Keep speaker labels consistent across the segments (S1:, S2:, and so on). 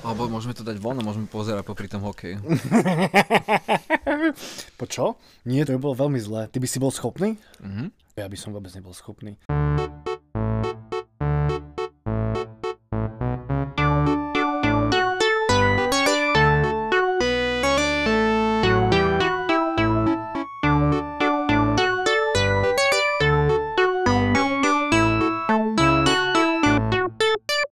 S1: Alebo môžeme to dať von a môžeme pozerať popri tom hokej.
S2: Po čo? Nie, to by bolo veľmi zlé. Ty by si bol schopný?
S1: Mhm.
S2: Ja by som vôbec nebol schopný.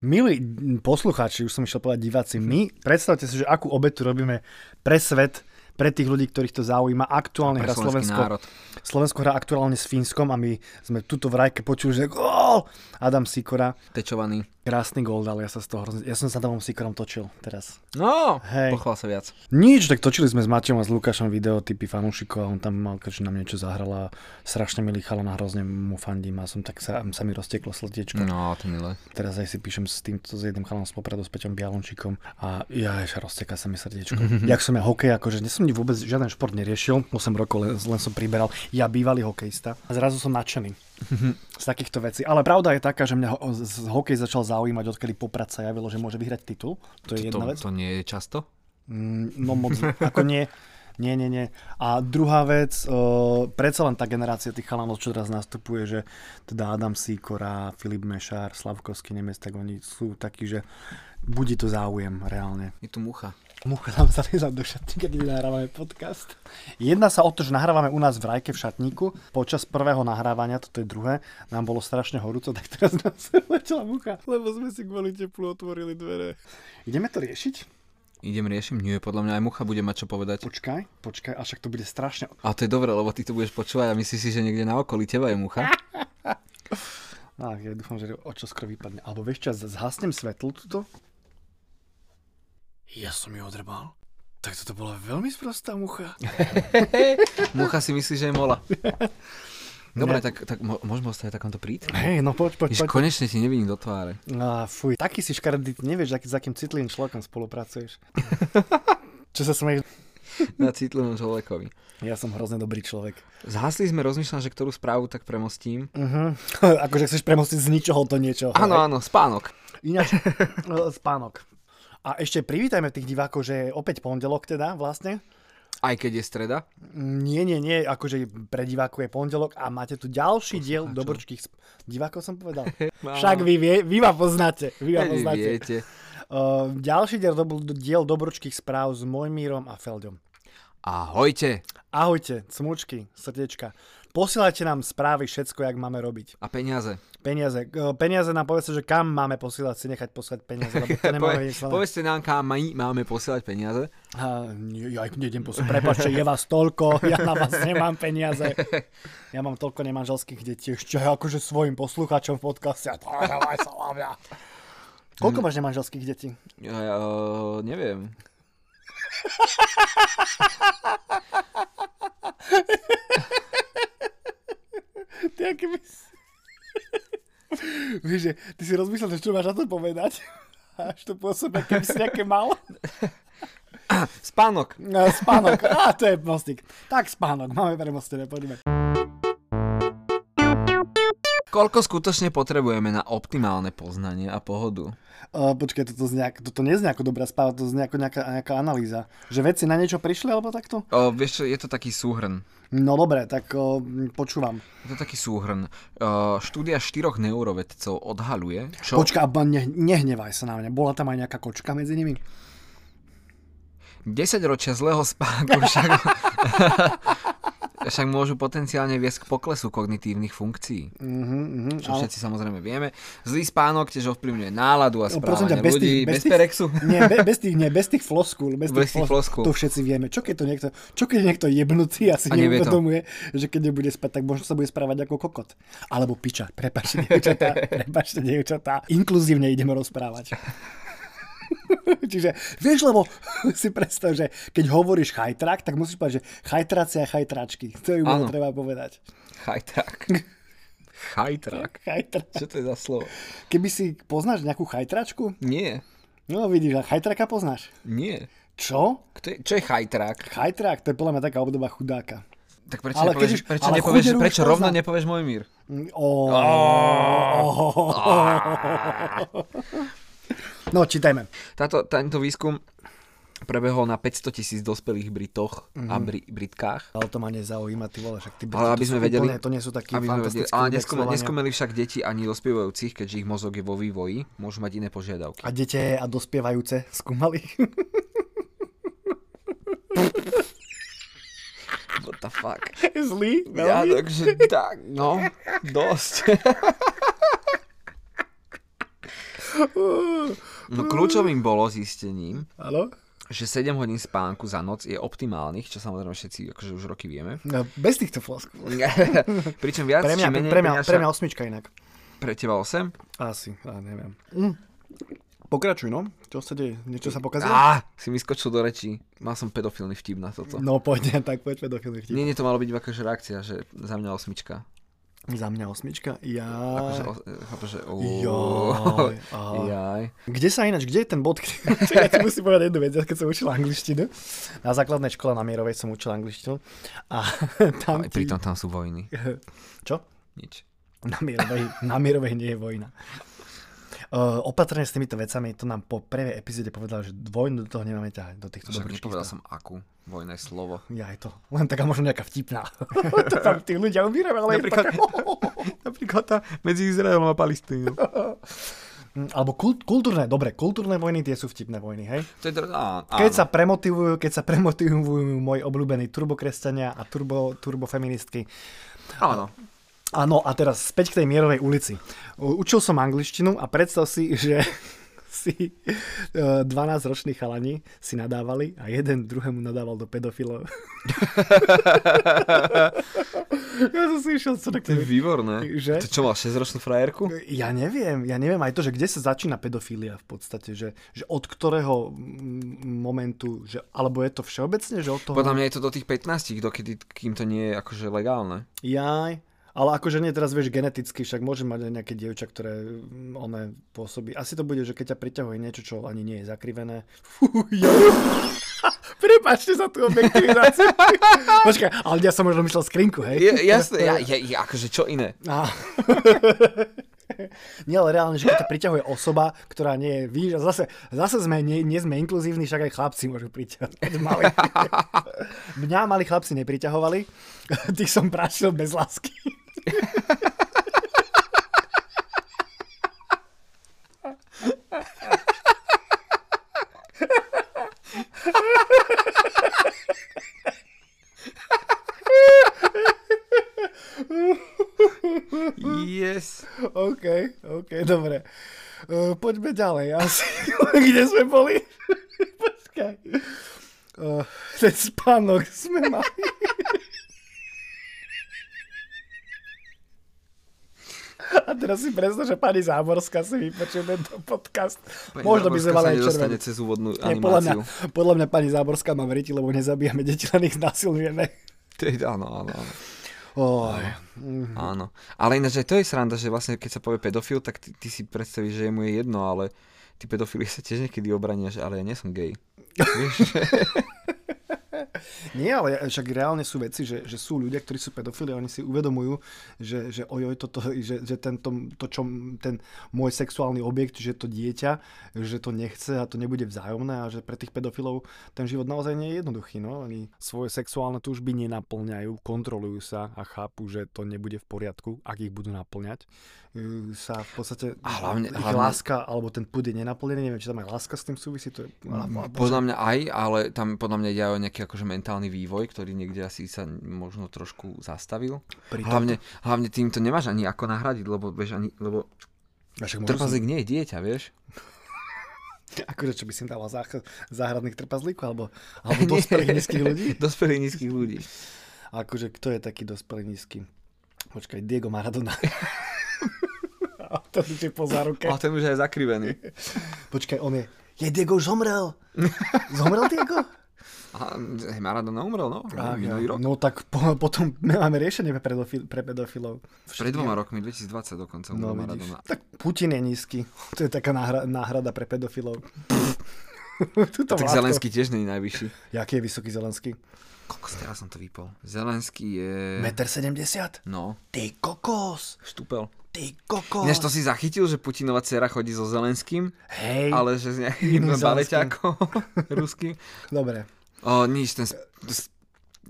S2: Milí mm, poslucháči, už som išiel povedať diváci,
S1: Mhm.
S2: my predstavte si, že akú obetu robíme pre svet, pre tých ľudí, ktorých to zaujíma, aktuálne
S1: Pre
S2: hra
S1: slovenský
S2: Slovensko.
S1: národ.
S2: Slovensko hrá aktuálne s Fínskom a my sme tuto v rajke počuli, že gól! Adam Sikora,
S1: Tečovaný.
S2: krásny gól dal, ja sa z toho hrozne... Ja som sa Adamom Sikorom točil teraz.
S1: No,
S2: Hej.
S1: pochvál sa viac.
S2: Nič, tak točili sme s Matejom a s Lukášom video typy fanúšikov a on tam mal, keďže nám niečo zahrala, strašne milý chalan a hrozne mu fandím a som tak sa, sa mi rozteklo sltiečko.
S1: No, to milé.
S2: Teraz aj si píšem s týmto, s jedným chalanom z Popradu, s Peťom Bialončíkom a ja ešte rozteká sa mi srdiečko. Jak som ja hokej, akože nie som ni- vôbec žiaden šport neriešil, 8 rokov len, len som priberal, ja bývalý hokejista a zrazu som nadšený z takýchto vecí. Ale pravda je taká, že mňa ho- z- z- hokej začal zaujímať, odkedy Poprad sa javilo, že môže vyhrať titul. To je
S1: To,
S2: jedna vec.
S1: to nie je často?
S2: Mm, No moc, ako nie. Nie, nie, nie. A druhá vec, uh, predsa len tá generácia tých chalanov, čo teraz nastupuje, že teda Adam Sýkora, Filip Mešár, Slavkovský Nemec, tak oni sú takí, že budí to záujem reálne.
S1: Je tu mucha.
S2: Mucha nám zaliezať do šatníka, keď my nahrávame podcast. Jedna sa o to, že nahrávame u nás v Rajke v šatníku. Počas prvého nahrávania, toto je druhé, nám bolo strašne horúco, tak teraz nás letela mucha.
S3: Lebo sme si kvôli teplu otvorili dvere.
S2: Ideme to riešiť?
S1: Idem riešim? Nie, podľa mňa aj mucha bude mať čo povedať.
S2: Počkaj, počkaj, a však to bude strašne...
S1: A to je dobré, lebo ty to budeš počúvať a myslíš si, že niekde na okolí teba je mucha.
S2: Á, ja dúfam, že o čo skoro vypadne. Alebo vieš čo, z- zhasnem svetlo tuto? Ja som ju odrbal. Tak toto bola veľmi sprostá mucha.
S1: Mucha si myslí, že je mola. Dobre,
S2: Ne.
S1: tak, tak mo- môžeme ostať v takomto prít?
S2: Hej, no poď, poď,
S1: Ježiš,
S2: poď.
S1: konečne ti nevidím do tváre.
S2: Á, fuj, taký si škaredý, ty nevieš, aký, s akým citlivým človekom spolupracuješ. čo sa smeješ?
S1: Na citlivom človekovi.
S2: Ja som hrozne dobrý človek.
S1: Zhasli sme, rozmýšľam, že ktorú správu tak premostím.
S2: Uh-huh. akože chceš premostiť z ničoho do niečoho.
S1: Áno,
S2: hej?
S1: áno, spánok.
S2: Ináč, e, spánok. A ešte privítajme tých divákov, že je opäť pondelok teda vlastne.
S1: Aj keď je streda.
S2: Nie, nie, nie, akože pre divákov je pondelok a máte tu ďalší diel dobrčkých sp- divákov som povedal. Však vy, vie, vy ma poznáte. Vy ma
S1: Aj vy
S2: poznáte.
S1: No. viete.
S2: Uh, ďalší diel, dob- diel dobrčkých správ s Mojmírom a Feldom.
S1: Ahojte.
S2: Ahojte, smučky, srdiečka. Posielajte nám správy, všetko, jak máme robiť.
S1: A peniaze.
S2: Peniaze. E, Peniaze nám povedzte, že kam máme posielať, si nechať posielať peniaze, lebo to nemáme
S1: Pove-
S2: vymyslené.
S1: povedzte nám, kam my máme posielať peniaze.
S2: A, nie, ja ich nejdem posielať. Prepačte, je vás toľko, ja na vás nemám peniaze. Ja mám toľko nemanželských detí, ešte aj akože svojim poslucháčom v podcaste. A to dávaj sa na mňa. Koľko máš nemanželských detí?
S1: Ja, ja, eh, neviem.
S2: Ty aký by si... Vieš, že ty si rozmyslel, že čo máš na to povedať. Až to pôsobí, keby si nejaké mal.
S1: Spánok.
S2: No, Spánok, á, to je mostík. Tak spánok, máme premostené, poďme.
S1: Koľko skutočne potrebujeme na optimálne poznanie a pohodu?
S2: Uh, počkaj, toto, znie, ako- toto neznie ako dobrá spáva, to znie ako nejaká, nejaká analýza. Že veci na niečo prišli, alebo takto?
S1: O, E, vieš čo, je to taký súhrn.
S2: No dobre, tak o, m, počúvam.
S1: Je to taký súhrn. O, štúdia štyroch neurovedcov odhaluje, čo...
S2: Počkaj, a ne, nehnevaj sa na mňa. Bola tam aj nejaká kočka medzi nimi?
S1: 10 ročia zlého spánku však... však môžu potenciálne viesť k poklesu kognitívnych funkcií.
S2: Mhm, mhm,
S1: Čo
S2: ale-
S1: všetci samozrejme vieme. Zlý spánok tiež ovplyvňuje náladu a
S2: No, prosím
S1: správanie
S2: ťa, bez tých,
S1: ľudí.
S2: bez,
S1: Bez,
S2: tých,
S1: perexu.
S2: nie, be, bez tých, nie, bez tých floskúl, bez,
S1: Bez tých floskúl.
S2: to všetci vieme. Čo keď to niekto, čo keď je niekto jebnutý a si
S1: A nevie to.
S2: neuvedomuje, že keď nebude spať, tak možno sa bude správať ako kokot. Alebo piča, prepačte, dievčatá, prepačte, dievčatá. Inkluzívne ideme rozprávať. Čiže, vieš, lebo si predstav, že keď hovoríš chajtrak, tak musíš povedať, že chajtraci a chajtračky. To by bolo
S1: Áno.
S2: treba povedať.
S1: Chajtrak. Chajtrak.
S2: Chajtra.
S1: Čo to je za slovo?
S2: Keby si poznáš nejakú chajtračku,
S1: Nie.
S2: no vidíš, a chajtraka poznáš.
S1: Nie.
S2: Čo?
S1: Kto je, čo je chajtrak?
S2: Chajtrák, to je podľa mňa taká obdoba chudáka.
S1: Tak prečo
S2: Ale
S1: ale
S2: keď
S1: nepovieš,
S2: už-
S1: prečo,
S2: ale
S1: nepovieš,
S2: chuderu už
S1: prečo rovno
S2: poznám.
S1: nepovieš môj mír?
S2: Mm, ó. No, čítajme.
S1: Táto, tento výskum prebehol na 500 tisíc dospelých Britoch mm-hmm.
S2: Mhm.
S1: a Bri- Britkách.
S2: Ale to ma nezaujíma, ty vole, však ty
S1: Ale aby
S2: to
S1: sme
S2: sú
S1: vedeli-
S2: Úplne, to nie sú takí
S1: Aby sme vedeli,
S2: fantastickí
S1: ale neskúma,
S2: indexovania.
S1: neskúmali však deti ani dospievajúcich, keďže ich mozog je vo vývoji, môžu mať iné požiadavky.
S2: A dete a dospievajúce skúmali.
S1: What the fuck?
S2: Zlý?
S1: Ja,
S2: veľmi?
S1: takže tak, no, dosť. No kľúčovým bolo zistením,
S2: Áno?
S1: že 7 hodín spánku za noc je optimálnych, čo samozrejme všetci akože už roky vieme.
S2: No, bez týchto flask.
S1: Pričom viac
S2: Pre mňa,
S1: či menej
S2: pre mňa,
S1: prináša-
S2: pre mňa osmička inak.
S1: pre teba 8.
S2: Asi, ja neviem.
S1: Mm.
S2: Pokračuj, no. Čo sa deje? Niečo sa pokazilo?
S1: Á, si mi skočil do rečí. Mal som pedofilný vtip na toto.
S2: No poďme, tak poďme do chvíli vtip.
S1: Nie, nie, to malo byť akože reakcia, že za mňa osmička.
S2: Za mňa osmička? Ja...
S1: Akože, o, akože, ó,
S2: Joj, aha.
S1: jaj.
S2: Kde sa ináč, kde je ten bod? Čo ja ti musím povedať jednu vec, ja keď som učil angličtinu, na základnej škole na Mierovej som učil angličtinu a tam
S1: Aj pritom tam sú vojny.
S2: Čo?
S1: Nič.
S2: Na Mierovej, na Mierovej nie je vojna. Uh, opatrne s týmito vecami, to nám po prvej epizóde povedal, že vojnu do toho nemáme ťahať, do týchto
S1: Však
S2: dobročkých
S1: nepovedal
S2: správ.
S1: som akú. Vojna je slovo.
S2: Ja aj to. Len taká možno nejaká vtipná. to tam tí ľudia umierajú, ale
S1: Napríklad-
S2: je to taká...
S1: Napríklad tá medzi Izraelom a Palestínou.
S2: Mm, Alebo kult, kultúrne, dobre, kultúrne vojny, tie sú vtipné vojny, hej?
S1: To je dr- á,
S2: Keď
S1: áno.
S2: sa premotivujú, keď sa premotivujú moji obľúbení turbokresťania a turbo, turbofeministky.
S1: Áno.
S2: Áno, a teraz späť k tej Mierovej ulici. U- Učil som angličtinu a predstav si, že si e, 12-roční chalani si nadávali a jeden druhému nadával do pedofilov. ja som si išiel co
S1: To je výborné.
S2: Že?
S1: To čo, mal 6-ročnú frajerku?
S2: Ja neviem, ja neviem aj to, že kde sa začína pedofília v podstate, že, že od ktorého mm, momentu, že, alebo je to všeobecne, že od toho...
S1: Podľa mňa je to do tých 15, dokedy, kým to nie je akože legálne.
S2: Jaj, ale akože nie teraz vieš geneticky, však môže mať aj nejaké dievča, ktoré mm, one pôsobí. Asi to bude, že keď ťa priťahuje niečo, čo ani nie je zakrivené. Fú, joj. Prepačte za tú objektivizáciu. Počkaj, ale ja som možno myslel skrinku, hej?
S1: Je, jasné, ja, ja, ja, akože čo iné.
S2: Á. Nie, ale reálne, že keď ťa priťahuje osoba, ktorá nie je, víš, a zase, zase sme, nie, nie sme inkluzívni, však aj chlapci môžu priťahovať. Mali. Mňa mali chlapci nepriťahovali, tých som prašil bez lásky.
S1: Yes.
S2: OK, OK, dobre. Uh, poďme ďalej. Asi, kde sme boli? Počkaj. Uh, ten spánok sme mali. A teraz si predstav, že pani Záborská si vypočuje tento podcast. Možno by sme mali aj červený.
S1: červený. cez úvodnú
S2: Nie, podľa, mňa,
S1: animáciu.
S2: podľa mňa pani Záborská má veriť, lebo nezabíjame deti, len ich znásilňujeme.
S1: To je, áno, áno, áno.
S2: Oh,
S1: áno. Ale ináč aj to je sranda, že vlastne keď sa povie pedofil, tak ty, ty si predstavíš, že mu je jedno, ale tí pedofili sa tiež niekedy obrania, že ale ja nie som gay. Vieš?
S2: Nie, ale však reálne sú veci, že, že sú ľudia, ktorí sú pedofili a oni si uvedomujú, že, že ojoj, toto, že, že tento, to, čo m- ten môj sexuálny objekt, že to dieťa, že to nechce a to nebude vzájomné a že pre tých pedofilov ten život naozaj nie je jednoduchý. No? Oni svoje sexuálne túžby nenaplňajú, kontrolujú sa a chápu, že to nebude v poriadku, ak ich budú naplňať. Ju Sa v podstate
S1: A hlavne-
S2: ich
S1: hlavne-
S2: láska alebo ten pud je nenaplnený, neviem, či tam aj láska s tým súvisí, to je...
S1: podľa mňa aj, ale tam podľa mňa ide aj o nejaký akože mentálny vývoj, ktorý niekde asi sa možno trošku zastavil.
S2: Pri tomto-
S1: Hlavne, hlavne tým to nemáš ani ako nahradiť, lebo, vieš, ani, lebo
S2: Však môžu sa-
S1: trpazlík nie je dieťa, vieš?
S2: Akože, čo by si im dával zách- záhradných trpaslíkov, alebo, alebo dospelých nízkych ľudí?
S1: Dospelých nízkych ľudí.
S2: Akože, kto je taký dospelý nízky? Počkaj, Diego Maradona. A to je po záruke.
S1: Ale ten už je aj zakrivený.
S2: Počkaj, on je, je Diego už zomrel. Zomrel Diego?
S1: A hej, Maradona umrel, no?
S2: Á,
S1: minulý rok.
S2: No tak po, potom máme riešenie pre, pedofil, pre pedofilov.
S1: Pred dvoma rokmi, 2020 dokonca
S2: No,
S1: umrel
S2: vidíš.
S1: Maradona.
S2: Tak Putin je nízky. To je taká náhra, náhrada pre pedofilov.
S1: Tak
S2: Tuto Vládko.
S1: Zelenský tiež nie je najvyšší.
S2: Jaký je vysoký Zelenský?
S1: Koľko teraz som to vypol? Zelenský je...
S2: 1,70 m?
S1: No,
S2: Ty kokos!
S1: štúpel.
S2: Ty koko.
S1: Ináč to si zachytil, že Putinova dcera chodí so Zelenským,
S2: Hej,
S1: ale
S2: ale...
S1: že s nejakým
S2: Iným Zelenským.
S1: baleťákom ruským.
S2: dobre.
S1: O, nič, ten... Sp- sp-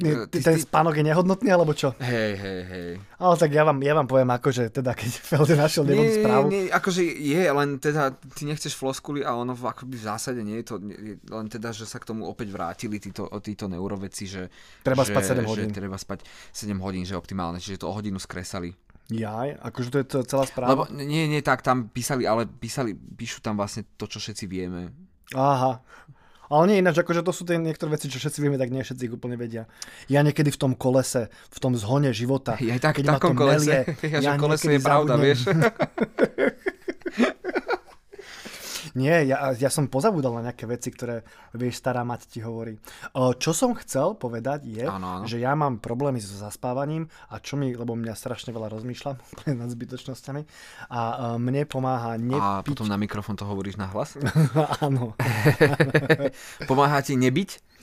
S2: Nie,
S1: ty-
S2: ty, ten
S1: ty-
S2: spánok je nehodnotný, alebo čo?
S1: Hej, hej, hej.
S2: Ale tak ja vám, ja vám poviem akože, teda keď Felde našiel nevhodnú správu.
S1: nie, akože je, len teda ty nechceš floskuly a ono v, akoby v zásade nie je to, nie, len teda, že sa k tomu opäť vrátili títo, títo neuroveci, že
S2: Treba
S1: že,
S2: spať 7 hodín.
S1: Že treba spať 7 hodín, že je optimálne, čiže to o hodinu skresali.
S2: Jaj, akože to je to celá správa.
S1: Lebo nie, nie, tak tam písali, ale písali, píšu tam vlastne to, čo všetci vieme.
S2: Aha. Ale nie ináč, akože to sú tie niektoré veci, čo všetci vieme, tak nie všetci ich úplne vedia. Ja niekedy v tom kolese, v tom zhone života,
S1: Ja aj tak,
S2: keď
S1: v
S2: ma to
S1: takom kolese,
S2: melie,
S1: ja, že v kolese
S2: niekedy
S1: je pravda,
S2: zabudnem-
S1: vieš.
S2: Nie, ja, ja som pozabudol na nejaké veci, ktoré, vieš, stará mať ti hovorí. O, Čo som chcel povedať je,
S1: Áno, áno.
S2: že ja mám problémy so zaspávaním a čo mi, lebo mňa strašne veľa rozmýšľam úplne nad zbytočnosťami a e, mne pomáha
S1: A
S2: nepiť.
S1: potom na mikrofón to hovoríš na hlas.
S2: Áno.
S1: Pomáha ti nebyť?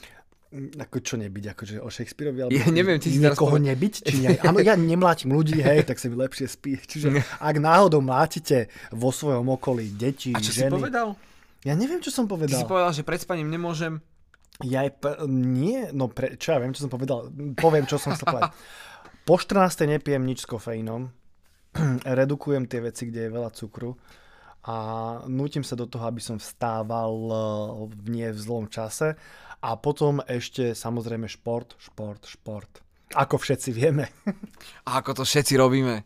S2: Ako čo nebyť, akože o Shakespeareovi, alebo
S1: Ja neviem, ty si teraz
S2: niekoho
S1: poved-
S2: nebyť, či nie. Áno, ja nemlátim ľudí, hej, tak sa mi lepšie spí. Čiže ak náhodou mlátite vo svojom okolí deti,
S1: A čo si
S2: ženy...
S1: povedal?
S2: Ja neviem, čo som povedal.
S1: Ty si povedal, že pred spaním nemôžem.
S2: Ja je p- nie, no pre, čo ja viem, čo som povedal. Poviem, čo som chcel povedať. Po 14. nepijem nič s kofeínom, redukujem tie veci, kde je veľa cukru a nutím sa do toho, aby som vstával eh, v nie v zlom čase a potom ešte samozrejme šport, šport, šport. Ako všetci vieme.
S1: A ako to všetci robíme.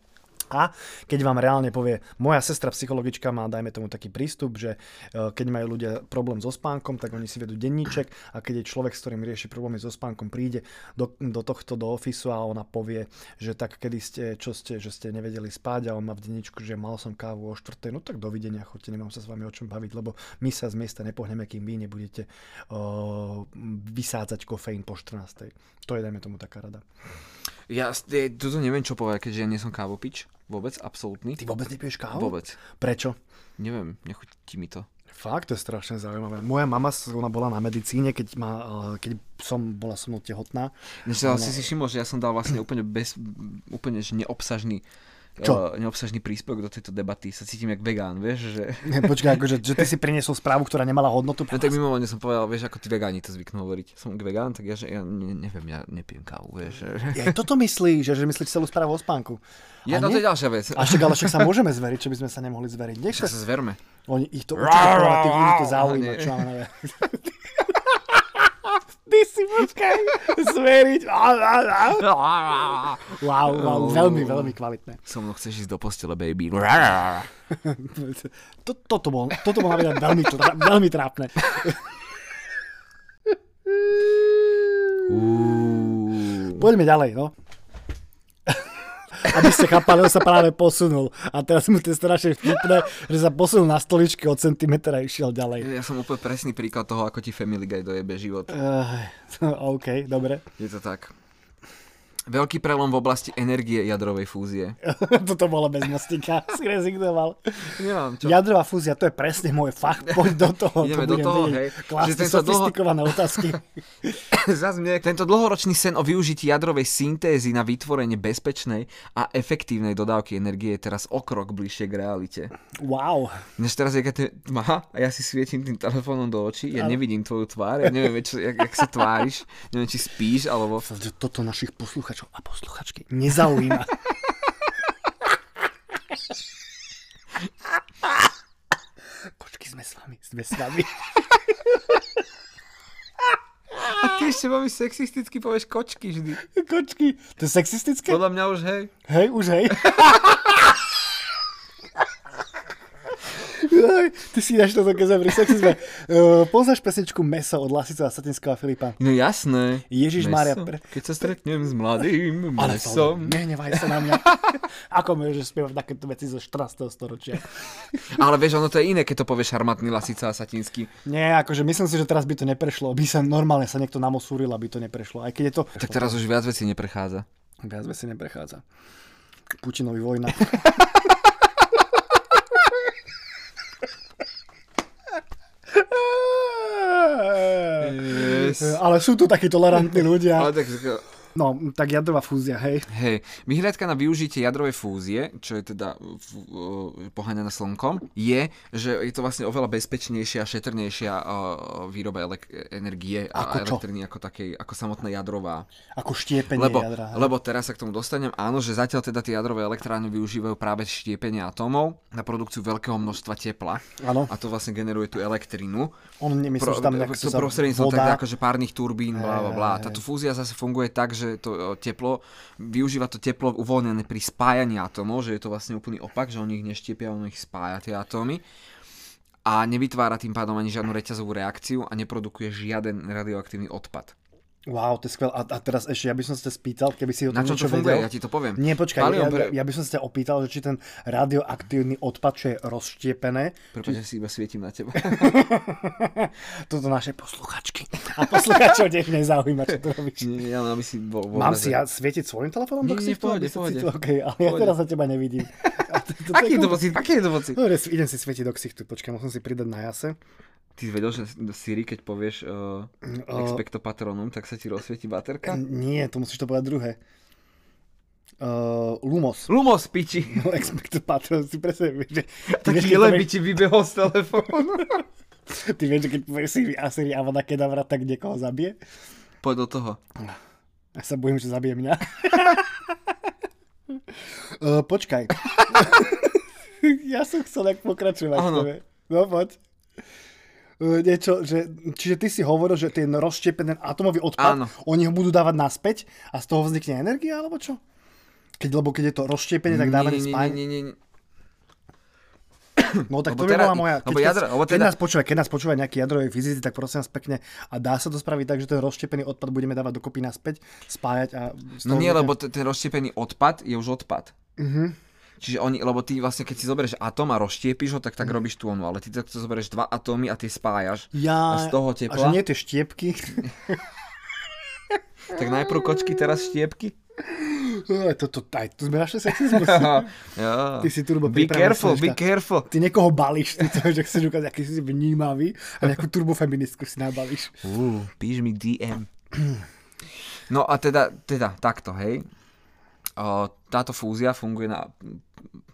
S2: A keď vám reálne povie, moja sestra psychologička má, dajme tomu taký prístup, že e, keď majú ľudia problém so spánkom, tak oni si vedú denníček a keď je človek, s ktorým rieši problémy so spánkom, príde do, do tohto, do ofisu a ona povie, že tak kedy ste, čo ste, že ste nevedeli spať a on má v denníčku, že mal som kávu o 4. No tak dovidenia, chodte, nemám sa s vami o čom baviť, lebo my sa z miesta nepohneme, kým vy nebudete o, vysádzať kofeín po 14. To je, dajme tomu, taká rada.
S1: Ja e, toto neviem, čo povedať, keďže ja nie som kávopič. Vôbec, absolútny.
S2: Ty vôbec nepiješ kávu?
S1: Vôbec.
S2: Prečo?
S1: Neviem, nechutí mi to.
S2: Fakt, to je strašne zaujímavé. Moja mama, ona bola na medicíne, keď, ma, eh, keď som, bola so mnou tehotná.
S1: Než no. si si všimol, že ja som dal vlastne úplne, bez, úplne že neobsažný
S2: Čo?
S1: eh, neobsažný príspevok do tejto debaty. Sa cítim jak vegán, vieš, že...
S2: Ne, Počkaj, akože, že ty si priniesol správu, ktorá nemala hodnotu.
S1: No tak mimovoľne som povedal, vieš, ako tí vegáni to zvyknú hovoriť. Som vegán, tak ja, že ja ne, neviem, ja nepijem kávu, vieš. Že...
S2: Ja aj toto myslíš, že, že myslíš celú správu o spánku.
S1: Je
S2: A
S1: no, to je
S2: nie?
S1: ďalšia vec.
S2: A však, ale však sa môžeme zveriť, čo by sme sa nemohli zveriť. Nech
S1: Čo sa
S2: sa,
S1: zverme.
S2: oni ich to určite konatívne, ich to zaujíma,
S1: Nie.
S2: čo ja neviem. Ty si počkaj, zveriť. Á, á, á. Wow, wow, veľmi, veľmi kvalitné.
S1: So mnou chceš ísť do postele, baby.
S2: To, toto bolo, toto bolo napríklad veľmi, tra- veľmi trápne.
S1: Uú.
S2: Poďme ďalej, no. Aby ste chápali, on sa práve posunul. A teraz mu to je strašne vtipné, že sa posunul na stoličke od centimetra a išiel ďalej.
S1: Ja som úplne presný príklad toho, ako ti Family Guy dojebe život.
S2: Uh, OK, dobre.
S1: Je to tak. Veľký prelom v oblasti energie jadrovej fúzie.
S2: Toto bolo bez mostika, si rezignoval.
S1: Nemám čo.
S2: Jadrová fúzia, to je presne môj fach, poď do toho.
S1: Ideme
S2: to
S1: do
S2: budem
S1: toho,
S2: vedieť.
S1: hej.
S2: Klásť
S1: Že ten sa dlho-
S2: sofistikované otázky.
S1: Zas mne. Tento dlhoročný sen o využití jadrovej syntézy na vytvorenie bezpečnej a efektívnej dodávky energie je teraz o krok bližšie k realite.
S2: Wow.
S1: Než teraz, jak je te... Aha, a ja si svietim tým telefónom do očí, ja nevidím tvoju tvár, ja neviem, čo, jak, jak sa tváriš, neviem, či spíš, alebo...
S2: Že toto našich posluchačov a posluchačky nezaujíma. Kočky, sme s vami, sme s vami.
S1: A ty ešte veľmi sexisticky povieš kočky vždy.
S2: Kočky, to je sexistické?
S1: Podľa mňa už, hej.
S2: Hej, už hej. Jaj, Ty si dáš toto, keď sme pri sexizme. Uh, poznáš pesničku Meso od Lasica a Satinského a Filipa?
S1: No jasné.
S2: Ježiš Mária, pre-
S1: Keď sa stretnem s mladým
S2: Ale
S1: mesom.
S2: som... Nehnevaj sa na mňa. Ako môžeš spievať takéto veci zo 14. storočia?
S1: Ale vieš, ono to je iné, keď to povie šarmatný Lasica a Satinský.
S2: Nie, akože myslím si, že teraz by to neprešlo. By sa normálne sa niekto namosúril, aby to neprešlo. Aj keď je to...
S1: Tak teraz už viac vecí neprechádza.
S2: Viac si neprechádza. Putinovi vojna.
S1: Yes.
S2: Ale sú tu takí tolerantní ľudia.
S1: Ale tak
S2: No, tak jadrová fúzia, hej.
S1: Hej, vyhliadka na využitie jadrovej fúzie, čo je teda v- v- poháňaná slnkom, je, že je to vlastne oveľa bezpečnejšia a šetrnejšia uh, výroba elek- energie
S2: Ako
S1: a
S2: čo?
S1: elektriny ako, takej, ako samotná jadrová.
S2: Ako štiepenie
S1: Lebo,
S2: jadra. hej.
S1: lebo teraz sa k tomu dostanem, áno, že zatiaľ teda tie jadrové elektrárne využívajú práve štiepenie atómov na produkciu veľkého množstva tepla
S2: Áno,
S1: a to vlastne generuje tú elektrinu.
S2: on nemyslí, že tam nejak
S1: to
S2: sa
S1: prostredníctvom
S2: voda-
S1: tak, akože párnych turbín, bla, bla, bla.
S2: Hej.
S1: Táto fúzia zase funguje tak, že to e, teplo, využíva to teplo uvoľnené pri spájaní atómov, že je to vlastne úplný opak, že on ich neštiepia, on ich spája tie atómy a nevytvára tým pádom ani žiadnu reťazovú reakciu a neprodukuje žiaden radioaktívny odpad.
S2: Wow, to je skvelé. A, a teraz ešte, ja by som sa ťa spýtal, keby si o tom
S1: Na čo
S2: niečo
S1: to funguje?
S2: vedel.
S1: Ja ti to poviem.
S2: Nie, počkaj,
S1: Palium
S2: ja,
S1: pre-
S2: ja, by som sa ťa opýtal, že či ten radioaktívny odpad, čo je rozštiepené,
S1: Prepáč, že si iba svietim na teba.
S2: toto naše posluchačky a posluchačov nech nezaujíma, čo tu robíš.
S1: Nie, nie, ja len aby si bol v
S2: Mám
S1: obraze.
S2: si ja svietiť svojim telefónom
S1: Mm, Nie,
S2: do
S1: nie, v
S2: ksichtu,
S1: pohode,
S2: aby
S1: v pohode.
S2: cítil? OK, ale ja
S1: pohode.
S2: teraz sa teba nevidím. A to- to- to je No-
S1: Aký je to
S2: kľúč.
S1: pocit? Aký je to pocit?
S2: Dobre, si- idem si svietiť do ksichtu, počkaj, musím si pridať na jase.
S1: Ty vedel, že Siri, keď povieš uh,
S2: O,
S1: expecto patronum, tak sa ti rozsvieti baterka?
S2: Eh, nie, to musíš to povedať druhé. Uh, Lumos.
S1: Lumos, piči!
S2: No, Expecto Patron, si presne vieš, že... ty vieš,
S1: Taký
S2: keď to
S1: leby
S2: vieš-
S1: ti vybehol z telefónu.
S2: Ty vieš, že keď povieš si Asiri Avada Kedavra, tak niekoho zabije?
S1: Poď do toho.
S2: Ja sa bojím, že zabije mňa. uh, počkaj. ja som chcel tak pokračovať.
S1: Áno.
S2: tebe. No poď. Uh, niečo, že, čiže ty si hovoril, že ten rozštiepený atomový odpad,
S1: Áno.
S2: oni ho budú dávať naspäť a z toho vznikne energia, alebo čo? Keď, lebo keď je to rozštiepenie, tak dávanie
S1: nie,
S2: spájne.
S1: nie, nie, nie.
S2: No tak
S1: Lebo
S2: to by
S1: teraz-
S2: bola moja...
S1: lebo
S2: keď,
S1: jadro-
S2: nás,
S1: lebo
S2: keď,
S1: teda-
S2: nás počúva, keď nás počúva nejaký jadrový fyzici, tak prosím vás pekne. A dá sa to spraviť tak, že ten rozštepený odpad budeme dávať dokopy naspäť, spájať a... z
S1: No
S2: toho
S1: nie,
S2: vznikne-
S1: lebo t- ten rozštiepený odpad je už odpad.
S2: Mhm.
S1: Čiže oni, lebo ty vlastne, keď si zoberieš atom a rozštiepíš ho, tak
S2: Mm.
S1: tak robíš tú onu, ale ty takto zoberieš dva atómy a ty spájaš.
S2: Ja...
S1: A z toho
S2: A
S1: tepla,
S2: že nie tie štiepky.
S1: tak najprv kočky, teraz štiepky.
S2: Aj to, to, aj tu sme našli sexizmus.
S1: Jo.
S2: Ty si turbo
S1: Be
S2: pripravená
S1: careful,
S2: slnečka.
S1: be careful.
S2: Ty niekoho balíš, ty to, že chceš ukázať, aký si vnímavý a nejakú turbofeministku si nabalíš.
S1: Uh, píš mi DM. No a teda, teda takto, hej. O, táto fúzia funguje na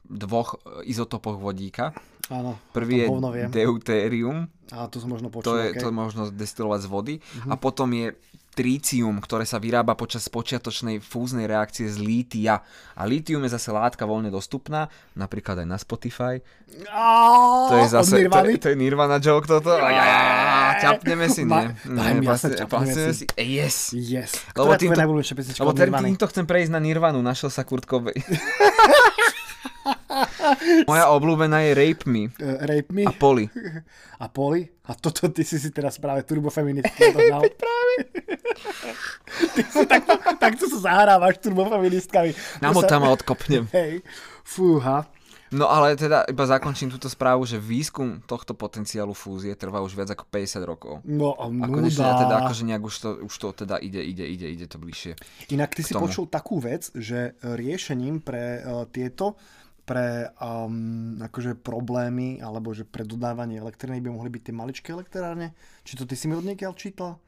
S1: dvoch e, izotopoch vodíka.
S2: Áno,
S1: Prvý je
S2: to hovno viem.
S1: deutérium,
S2: A to som možno
S1: to
S2: počul.
S1: je to je možno destilovať z vody. A potom je trícium, ktoré sa vyrába počas počiatočnej fúznej reakcie z lítia. A lítium je zase látka voľne dostupná, napríklad aj na Spotify. To je zase, to je, to je Nirvana joke toto. Á, Čapneme si, nie?
S2: Ma- daj mi,
S1: Nie,
S2: jasne,
S1: vlastne-
S2: čapneme
S1: vlastne
S2: si.
S1: si- Yes!
S2: Yes.
S1: Lebo
S2: Ktorá je tvoja
S1: týmto-
S2: najobľúbenejšia pesnička
S1: Lebo
S2: od
S1: ten,
S2: Nirvany?
S1: týmto chcem prejsť na Nirvanu, našiel sa Kurt Cobain. Moja obľúbená je Rape Me
S2: Eh, Rape Me
S1: a Polly.
S2: a Polly. A toto ty si si teraz práve turbofeministku odohnal. práve. ty si takto, takto sa zahrávaš turbofeministkami. To sa-
S1: Namotám a odkopnem.
S2: Hej, fúha.
S1: No ale teda iba zakončím túto správu, že výskum tohto potenciálu fúzie trvá už viac ako 50 rokov.
S2: No
S1: A
S2: a nuda.
S1: konečne teda akože nejak už to, už to teda ide, ide, ide, ide to bližšie.
S2: Inak ty si
S1: tomu.
S2: počul takú vec, že riešením pre eh, tieto pre um, akože problémy alebo že pre dodávanie elektriny by mohli byť tie maličké elektrárne. Či to ty si mi od niekiaľ čítal?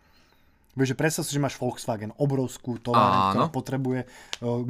S2: Vieš, že predstav si, že máš Volkswagen, obrovskú továreň, ktorá
S1: Áno.
S2: potrebuje eh,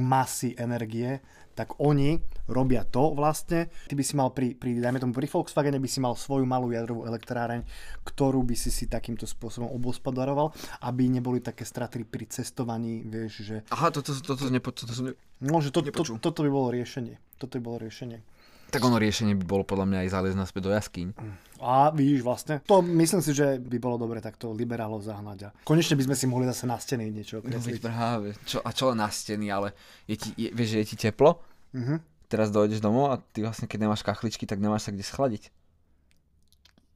S2: masy energie, tak oni robia to vlastne. Ty by si mal pri, pri dajme tomu, pri Volkswagene by si mal svoju malú jadrovú elektráreň, ktorú by si si takýmto spôsobom obospodaroval, aby neboli také straty pri cestovaní, vieš, že...
S1: Aha, toto, toto, nepo, toto som... ne-
S2: No, že to, to,
S1: Nepočul.
S2: toto by bolo riešenie. Toto by bolo riešenie.
S1: Tak ono riešenie by bolo podľa mňa aj záliezť naspäť do jaskýň.
S2: Mm, A vidíš vlastne, to myslím si, že by bolo dobre takto liberálov zahnať a konečne by sme si mohli zase na steny niečo
S1: No veď
S2: okresliť.
S1: práve, čo, a čo len na steny, ale je ti, je, vieš, že je ti teplo,
S2: Mhm.
S1: teraz dojdeš domov a ty vlastne keď nemáš kachličky, tak nemáš sa kde schladiť.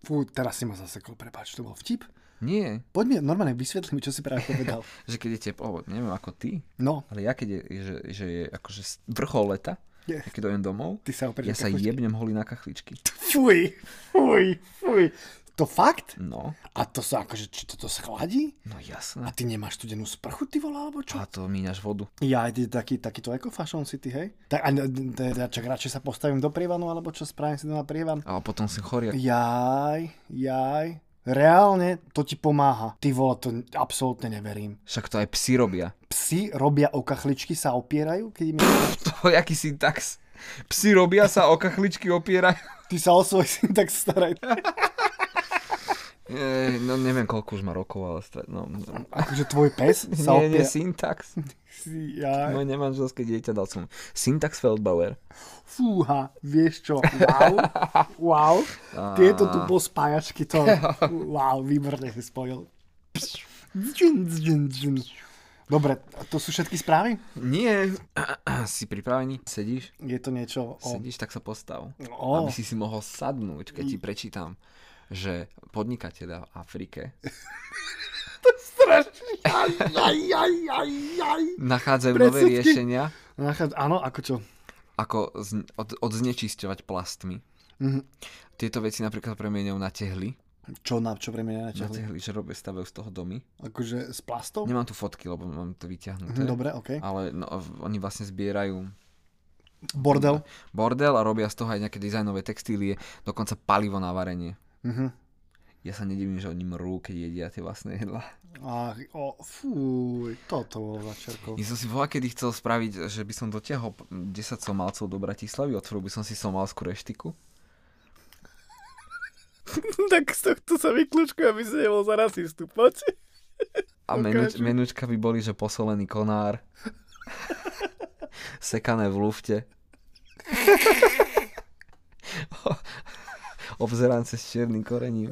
S2: Fú, teraz si ma zasekol, prepáč, to bol vtip.
S1: Nie,
S2: Poď mi, normálne vysvetli mi, čo si práve povedal.
S1: že keď je teplo, neviem ako ty,
S2: No,
S1: ale ja keď je, že, že je akože s- vrchol leta,
S2: Je.
S1: ja keď dojdem domov,
S2: ty sa opäť...
S1: ja sa jebnem holý na kachličky.
S2: Fuj, fuj, fuj. To fakt?
S1: No,
S2: A to sa akože, či toto schladí?
S1: no
S2: A
S1: jasné.
S2: ty nemáš studenú sprchu, ty volá, alebo čo?
S1: A to míňaš vodu.
S2: Ja, ty taký, takýto ekofašon si ty, hej? Tak, a, ne- ne- ja čak radšej sa postavím do prievanu, alebo čo, spravím si doma prievan?
S1: A potom si chorý. ako-
S2: Jaj, jaj. Reálne to ti pomáha. Ty vole, to absolútne neverím.
S1: Však to aj psi robia.
S2: Psi robia o kachličky, sa opierajú, keď im...
S1: To je aký syntax. Psi robia sa o kachličky opierajú.
S2: Ty sa o svoj syntax staraj.
S1: E, no neviem, koľko už má rokov, ale stre... no, no.
S2: Akože tvoj pes sa
S1: Nie, No. nie,
S2: opiera...
S1: syntax.
S2: Si- Ja...
S1: Moje nemanželské dieťa dal som. Syntax Feldbauer.
S2: Fúha, vieš čo, wow, wow, tieto tu bol spájačky, to, wow, výborne si spojil. Džin, džin, džin. Dobre, a to sú všetky správy?
S1: Nie. Si pripravený? Sedíš?
S2: Je to niečo o...
S1: Sedíš, tak sa postav.
S2: o Mm.
S1: Aby si si mohol sadnúť, keď ti prečítam, že podnikateľa v Afrike
S2: strašne, aj, aj, aj, aj, aj.
S1: nachádzajú nové
S2: Predsudky.
S1: riešenia,
S2: Nachádz- Áno, ako čo?
S1: ako z, od, odznečisťovať plastmi.
S2: Mhm.
S1: Tieto veci napríklad premieňujú na tehly.
S2: Čo na čo
S1: Na
S2: vremena naťahli?
S1: tehly, že robia stavajú z toho domy.
S2: Akože s plastom?
S1: Nemám tu fotky, lebo mám to vyťahnuté.
S2: Mhm, Dobre, okej.
S1: Ale no, v- oni vlastne zbierajú
S2: Bordel?
S1: bordel a robia z toho aj nejaké dizajnové textílie, dokonca palivo na varenie.
S2: Mhm.
S1: Ja sa nedivím, že oni mrú, keď jedia tie vlastné jedlá.
S2: Ach, o, fúj, toto bolo začerkou.
S1: Ja som si volá, kedy chcel spraviť, že by som dotiahol p- 10 somálcov do Bratislavy, otvoril by som si somálskú reštiku.
S3: tak z tohto sa vyklúčkuj, aby si nebol za rasistu. Poď.
S1: A menuč, menučka by boli, že posolený konár, sekané v lufte, obzerance s čiernym korením.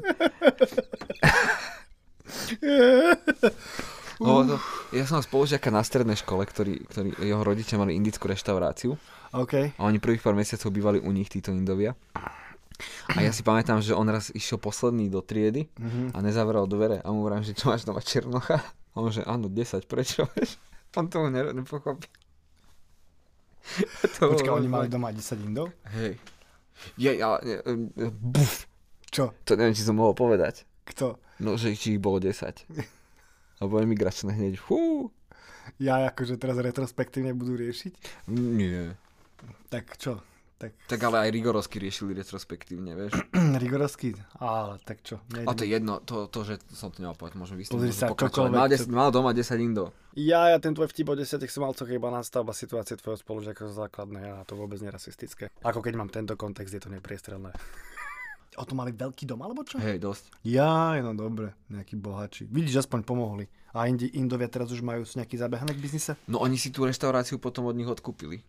S1: Lebo to, ja som mal spolužiaka na strednej škole, ktorý, ktorý jeho rodičia mali indickú reštauráciu
S2: OK.
S1: a oni prvých pár mesiacov bývali u nich, títo indovia. A ja si pamätám, že on raz išiel posledný do triedy a nezavral dvere a mu hovorím, že čo máš doma Černocha? A on že áno, 10, prečo? On to ne- nepochopil. To
S2: Počkaj,
S1: bolo
S2: oni mali
S1: fajn.
S2: doma 10 indov?
S1: Hej. Je, ja, ne, ne, buf,
S2: Čo?
S1: to neviem, či som mohol povedať.
S2: Kto?
S1: No, že či ich bolo 10. Alebo emigračné hneď. Hú.
S2: Ja akože teraz retrospektívne budú riešiť?
S1: Nie.
S2: Tak čo? Tak
S1: Tak ale aj Rigorovsky riešili retrospektívne, vieš.
S2: rigorovský, ale tak čo?
S1: A to je jedno, to, to že som to nemal povedať, môžem vystúpiť.
S2: Pozri
S1: môžem
S2: sa,
S1: pokračovať.
S2: čokoľvek,
S1: Mal,
S2: čo-
S1: des, mal doma 10 indo.
S2: Ja, ja ten tvoj vtip o desiatich som mal celkom iba nastavba situácie tvojho spolužiaka zo základnej a to vôbec nerasistické. Ako keď mám tento kontext, je to nepriestrelné. O to mali veľký dom, alebo čo?
S1: Hej, dosť.
S2: Ja, no dobre, nejakí bohači. Vidíš, aspoň pomohli. A Indi, Indovia teraz už majú nejaký zabehanek v biznise?
S1: No oni si tú reštauráciu potom od nich odkúpili.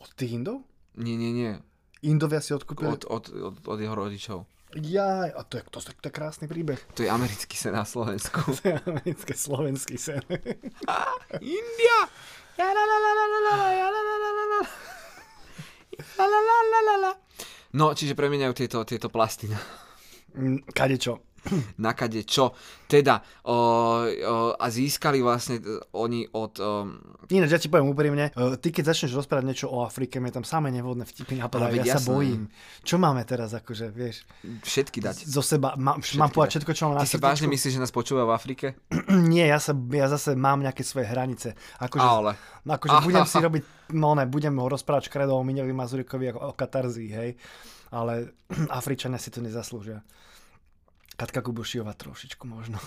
S2: Od tých Indov?
S1: Nie, nie, nie.
S2: Indovia si odkúpili...
S1: Od, od, od, od jeho rodičov.
S2: Ja, a to je, to, to, to je krásny príbeh.
S1: To je americký sen na Slovensku.
S2: To je americké, slovenský sen.
S1: India! Ja, la, la, la, la, la, la, la, ja, la, la, la, la, la. La, la, la, la, la, la. No, čiže premeniajú tieto, tieto plasty na,
S2: Mm, Kadečo.
S1: na kade čo. Teda, o, o, a získali vlastne e, oni od... Um,
S2: Ináč, ja ti poviem úprimne, e, ty keď začneš rozprávať niečo o Afrike, mne tam samé nevodné vtipy
S1: Ale
S2: napadajú,
S1: No, veď
S2: ja sa
S1: jasné.
S2: bojím. Čo máme teraz, akože, vieš,
S1: všetky dať.
S2: zo seba, má, mám povedať všetko, čo mám na
S1: Ty si vážne
S2: srdcičku?
S1: myslíš, že nás počúva v Afrike?
S2: Nie, ja, sa, ja zase mám nejaké svoje hranice. Akože,
S1: Ale.
S2: No akože budem si robiť, no ne, budem ho rozprávať škredo o Miňovi Mazurikovi ako o katarzii, hej. Ale Afričania si to nezaslúžia. Katka Kubušiova trošičku možno.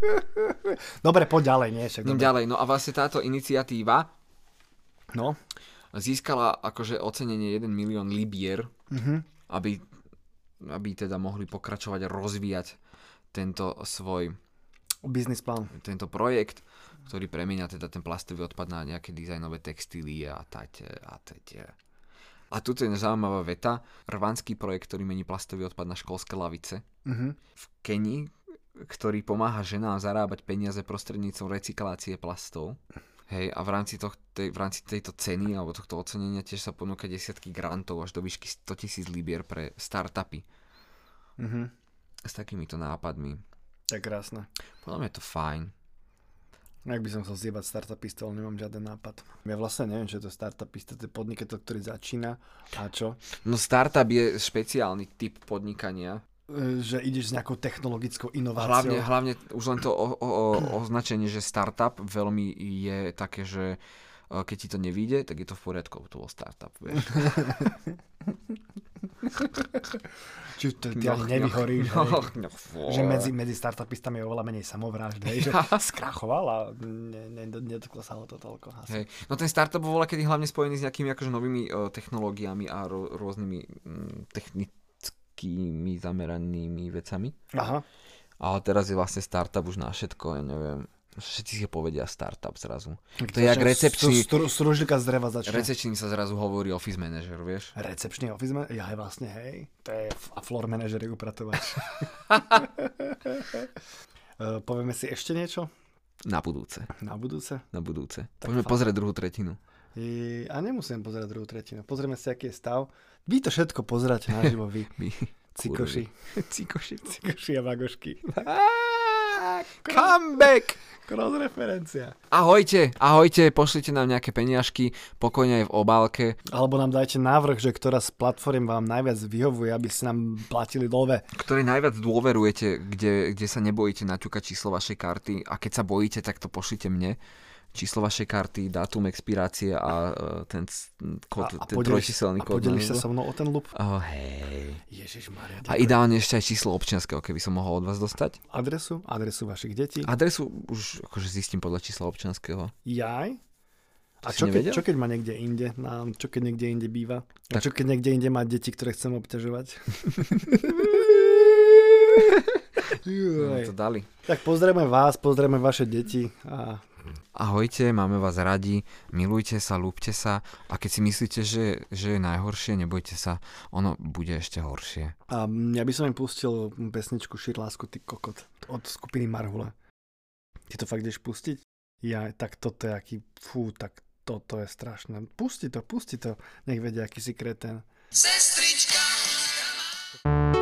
S2: Dobre, poď ďalej, nie? Však,
S1: Idem
S2: dobre.
S1: ďalej. No a vlastne táto iniciatíva
S2: No,
S1: získala akože ocenenie 1 milión libier,
S2: Mhm.
S1: aby, aby teda mohli pokračovať a rozvíjať tento svoj
S2: biznis plán.
S1: tento projekt, ktorý premenia teda ten plastový odpad na nejaké dizajnové textílie a tať a teď. A tu je zaujímavá veta. Rvanský projekt, ktorý mení plastový odpad na školské lavice
S2: Mhm.
S1: v Kenii, ktorý pomáha ženám zarábať peniaze prostredníctvom recyklácie plastov. Hej, a v rámci, toh, tej, v rámci tejto ceny alebo tohto ocenenia tiež sa ponúka desiatky grantov až do výšky 100 tisíc libier pre startupy
S2: Mhm.
S1: s takýmito nápadmi.
S2: To je krásne.
S1: Podľa mňa je to fajn.
S2: Ak by som chcel zjebať startupista, ale nemám žiaden nápad. Ja vlastne neviem, čo je to startupista, to je podnikateľ, ktorý začína a čo?
S1: No startup je špeciálny typ podnikania.
S2: E, Že ideš s nejakou technologickou inováciou.
S1: Hlavne, hlavne už len to o, o, o, označenie, že startup veľmi je také, že eh, keď ti to nevíde, tak je to v poriadku, to bol startup, vieš.
S2: Či to ty ani nevyhoríš,
S1: no,
S2: hej.
S1: no,
S2: že medzi, medzi startupistami je oveľa menej samovrážd, hej, že skrachoval a ne, ne, nedoklesalo to toľko. Asi.
S1: Hej. No ten startup bol kedy hlavne spojený s nejakými akože novými uh, technológiami a ro- rôznymi mm, technickými zameranými vecami.
S2: Aha.
S1: Ale teraz je vlastne startup už na všetko, ja neviem. Všetci si povedia startup zrazu.
S2: Tak
S1: To je jak
S2: začne
S1: recepčný,
S2: stru- stru- Stružilka z dreva začne.
S1: recepčným sa zrazu hovorí office manager, vieš?
S2: Recepčný office manager? Ja je vlastne, hej. To je f- a floor manager je upratovač. E, Povieme si ešte niečo
S1: Na budúce,
S2: na budúce?
S1: na budúce.
S2: Tak
S1: Poďme
S2: fakt.
S1: pozrieť druhú tretinu.
S2: I, a nemusím pozerať druhú tretinu. Pozrieme si, aký je stav. Vy to všetko pozerať naživo, vy.
S1: My...
S2: Cikoši.
S1: Cikoši.
S2: Cikoši a magošky.
S1: Comeback!
S2: Cross referencia.
S1: Ahojte, ahojte, pošlite nám nejaké peniažky, pokojne aj v obálke.
S2: Alebo nám dajte návrh, že ktorá z platform vám najviac vyhovuje, aby ste nám platili dove.
S1: Ktoré najviac dôverujete, kde, kde sa nebojíte naťukať číslo vašej karty a keď sa bojíte, tak to pošlite mne. Číslo vašej karty, dátum expirácie a e, ten c- kód,
S2: A, a
S1: ten
S2: podeliš,
S1: trojčíselný
S2: a
S1: kód.
S2: podeliš sa so mnou o ten loop.
S1: Oh, hej.
S2: Ježiš Maria.
S1: A ideálne ešte aj číslo občianskeho, keby som mohol od vás dostať.
S2: Adresu, adresu vašich detí.
S1: Adresu už akože zistím podľa čísla občianskeho.
S2: Jaj? A
S1: si
S2: čo keď,
S1: nevedel?
S2: čo keď má niekde inde? Na, čo keď niekde inde býva? A
S1: Tak-
S2: čo keď niekde inde má deti, ktoré chcem obťažovať?
S1: No, to
S2: Joj.
S1: dali.
S2: tak pozrieme vás, pozrieme vaše deti a
S1: Ahojte, máme vás radi, milujte sa, lúbte sa a keď si myslíte, že, že je najhoršie, nebojte sa, ono bude ešte horšie.
S2: A ja by som im pustil pesničku Šír lásku, ty kokot od skupiny Marhula. Ty to fakt ideš pustiť? Ja, tak toto je aký, fú, tak toto je strašné. Pusti to, pusti to, nech vedia, aký si kreten.
S4: Sestrička,